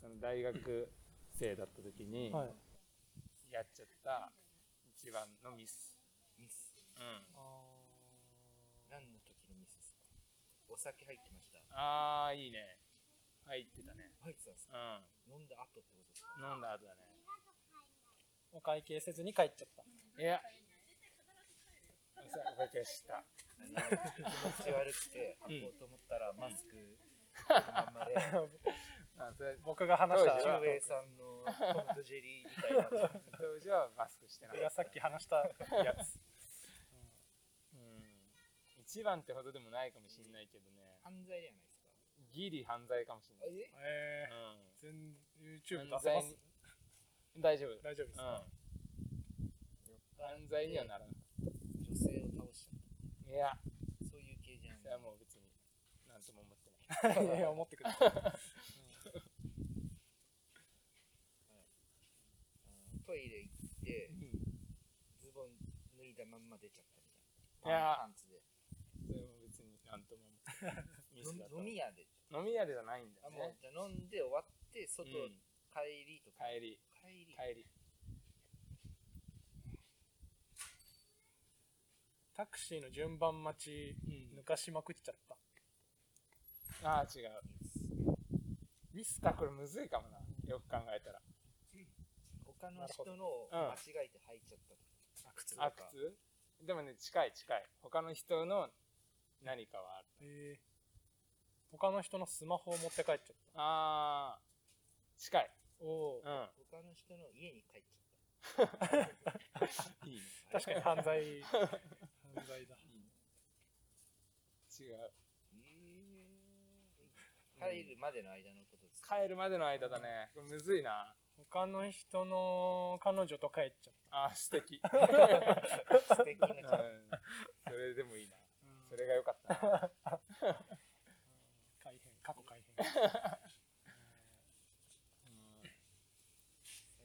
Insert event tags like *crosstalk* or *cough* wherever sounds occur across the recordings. その大学生だった時に *laughs* はい。やっちゃった一番のミス。ミス。うん。あ何の時のミスですかお酒入ってました。あー、いいね。入ってたね。入ってたんですかうん。飲んだ後ってことですか飲んだ後だね。お会計せずに帰っちゃった。いや、おかけした。あの気持ち悪くて、ん運ぼうと思ったらマスク、あんまり。あそれ僕が話しそうたでしょジュエさんのトムとジェリーみたいな。当時はマスクしてな僕かがっさっき話したやつ。た。うん。一番ってほどでもないかもしれないけどね。犯罪じゃないですかギリ犯罪かもしれない。えええ。うん。全 YouTube 出犯せま罪すに。大丈夫。大丈夫ですか。うん。犯罪にはならない。女性を倒しちゃいっや、た。そういう系じゃないそれはもう別に、なんとも思って *laughs* ない。いや思ってくれた。うんトイレ行って、うん。ズボン脱いだまんま出ちゃったみたいいやな。ーパンツで。それも別になんとも思ってない。ミスだと飲み屋で。飲み屋でじゃないんだあよもうね。じゃあ飲んで終わって、う外ん。帰りとか。帰り、帰り。帰り。タクシーの順番待ちうん抜かしまくっちゃった。ああ、違う。ミスターこれむずいかもな。よく考えたら。他の人のをなるほどうん間違えて履いちゃったとか。あ靴とあ、か。靴でもね、近い近い。他の人の何かはある。ええ。他の人のスマホを持って帰っちゃっあー、近い。た。おおう。ん。他の人の家に帰っちゃっいいね。た。確かに犯罪。犯罪だ。違う。えー帰るまでの間のことですか。帰るまでの間だね。これむずいな。他の人の彼女と帰っちゃっあー、素 *laughs* 敵。素敵なう *laughs* 感ん。それでもいいな。た。うんそれが良か *laughs* ったな。改変過去改変じ。財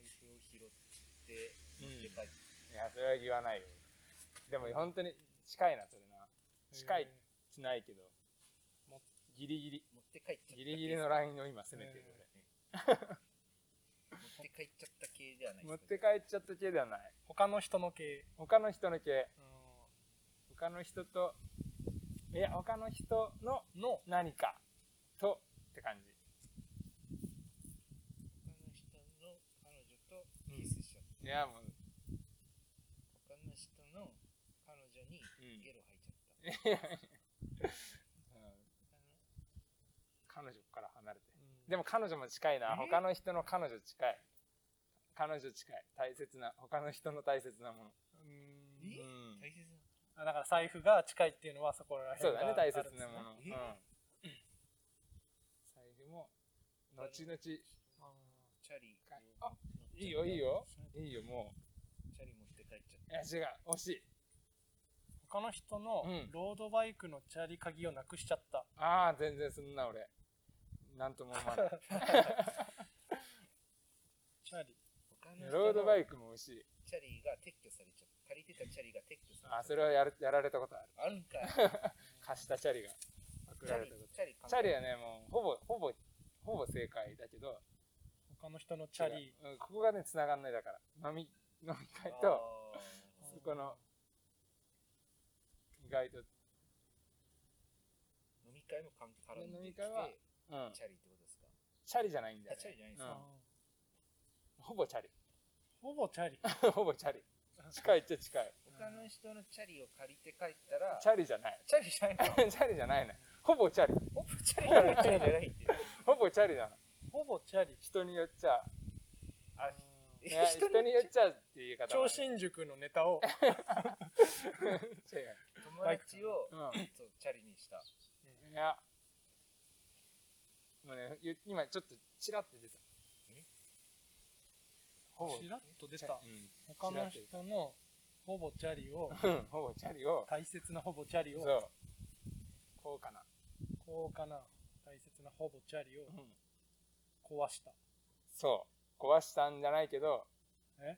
布を拾って、うん。でいかい。や、それは言わないよ。でも本当に近いな、それな。近いえしないけど。もうギリギリ。持って帰っちゃった。ギリギリのラインを今攻めてる、俺持って帰っちゃった系ではない持でっすかて帰っちゃった系ではない。ー他の人の系他の人の系。う他の人と、いや、他の人のんの何かとって感じ。他の人の彼女とキスしちゃっいや、もう、た。他の人の彼女にうんゲロ吐いちゃった。うん *laughs* 彼女から離れて。ででもも彼女も近いな。え他の人の彼女近い。彼女近い。大切な、他の人の大切なもの。うんうえん。大切な。あだから財布が近いっていうのはそこらそう辺だがね、あ大るんです切なもの。うん。え財布も、後々、チャリかをあいいよ、いいよ。いいよ、もチャリ持って帰っちゃっう。いや、違う。惜しい。他の人のうんロードバイクのチャリ鍵をなくしちゃった、ああ、全然そんな俺。なんとも思わない。チャリた。他の人ロードバイイクも美味しい。ク。チャリが撤去されちゃった。借りてたチャリが撤去されちゃった。あ、それはやるやられたことある。あるんかい。チ貸したチャリが送らャれ *laughs* リたこと。、チャリ関チ係ャリはね、もうほぼ、ほぼ、ほぼ正解だけど、他の人のチャリ違ううんここがね、繋がんないだから。飲み、飲み会と、あーそこの、意外と、飲み会も関係絡んで飲みき会はて、うん。チャリってことですか。チャリじゃないんだよ、ね。あチャリじゃないんですうかうんんほぼチャリ。 *laughs* ほぼチャリほぼチャリ。近いっちゃ近い。他の人のチャリを借りて帰ったら、チャリじゃない。 *laughs* チャリじゃないの。チャリじゃないね。ほぼチャリ。オプチャリがチャリじゃな *laughs* いって。ほぼチャリだな。ほぼチャリ人によっちゃ、あうんえいや人によっちゃっていう言い方は超ね新宿のネタを、違う友達を、うそうチャリにした。ん。いや。もうね、ゆ今ちょっとチラって出た。えほぼ。ちらっと出たうん他の人のほぼチャリをうん、ほぼチャリを、大切なほぼチャリそをう。こうかな。高価な大切なほぼチャリをうん。壊したそう。壊したんじゃないけど、え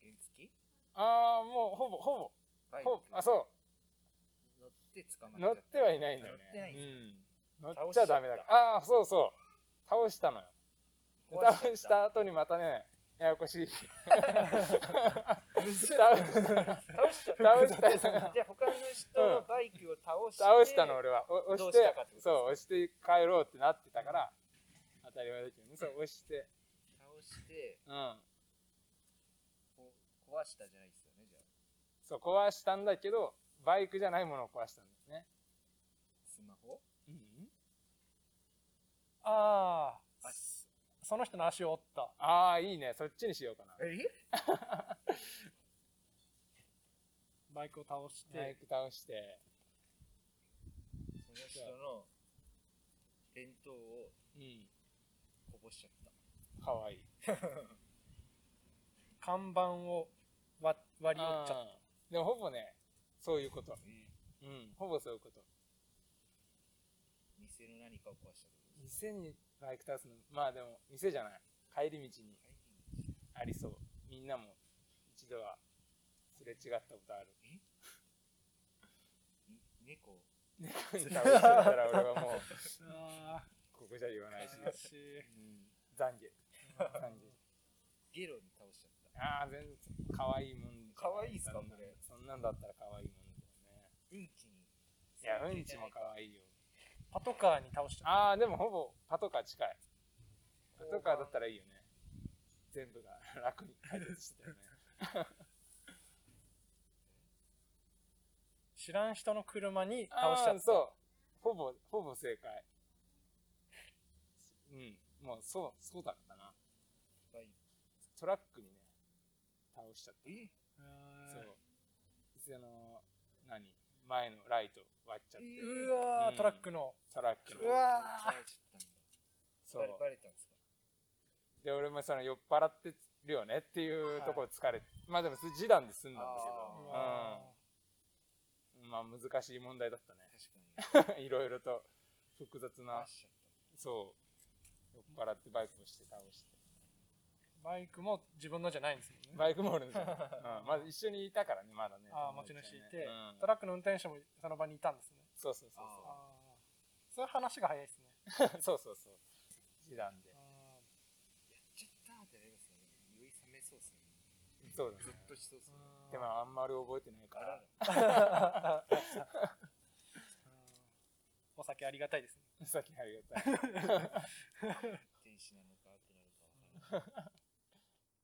原付ああ、もうほぼ、ほぼ、バイほぼ、クあ、そ乗って捕う。まっちゃ乗っってはいないんだよ乗ってなねい。うん。乗だっちゃダメだから。ああー、そうそう。倒したのよ。で壊倒しちゃったした後にまたね、ややこしい。むずい倒し倒しちゃった倒したの。 *laughs* じゃあ他の人のバイクを倒して、倒したの俺はお押どしうしたてかってことですそかう押して帰ろうってなってたから当たり前だけどねそう押して倒してうんこ壊したじゃないですよねじゃあそう壊したんだけどバイクじゃないものを壊したんだよねスマホああ、その人の足を折った。ああいいねそっちにしようかなえバイクを倒して、バイク倒してその人の弁当をうんこぼしちゃったかわいい看板を割割り折っちゃうっんでもほぼねそういうことうんほぼそういうこと店の何かを壊したってことです店にバイク倒すのまあでも店じゃない帰り道にありそうみんなも一度はすれ違ったことあ *laughs* るね猫を倒してたら俺はもうた。あここじゃ言わあ、ないし、悲しい。懺悔。懺悔。ゲロに倒しちゃったああ、全然可愛いもんじゃない。可愛いっすかそんなこれそんなんだったら可愛いもんだよね。うんちにいや、うんちも可愛いよ。パトカーに倒しちゃっああ、でもほぼパトカー近い。パトカーだったらいいよね。全部が *laughs* 楽に解決してたよね。た。知らん人の車に倒しちゃあっーた。そう。ほぼ、ほぼ正解。うん。もう、そう、そうだったな。バイトラックにね、倒しちゃった。クえあーそう。店の、何前のライト割っちゃって。うわうー、んトラックの。トラックゲのロにうわ倒しちゃったんだそうバレバレたんですかで俺もその酔っ払ってるよねっていうところ疲れて、まあでも示談で済んだんだうあけわーどまあ難しい問題だった確かに *laughs* ねいろいろと複雑な倒しちゃっそう酔っ払ってバイクをして倒してーバイクも自分のじゃないんですもんね。バイクも俺の *laughs* じゃない、うん、まず一緒にいたからねまだねああ、持友達ちね主いて、うんトラックの運転手もその場にいたんですね。そうそうそうあああー、そういう話が早いですね。 *laughs* そうそうそうそう示談であたやっちゃったってなりますよね酔い冷めそうっすねそうだゾねッとしそうっすねーでもあんまり覚えてないかあら *laughs* らうん *laughs* お酒ありがたいですね。さっきありがたい天使なのかってなるかわからない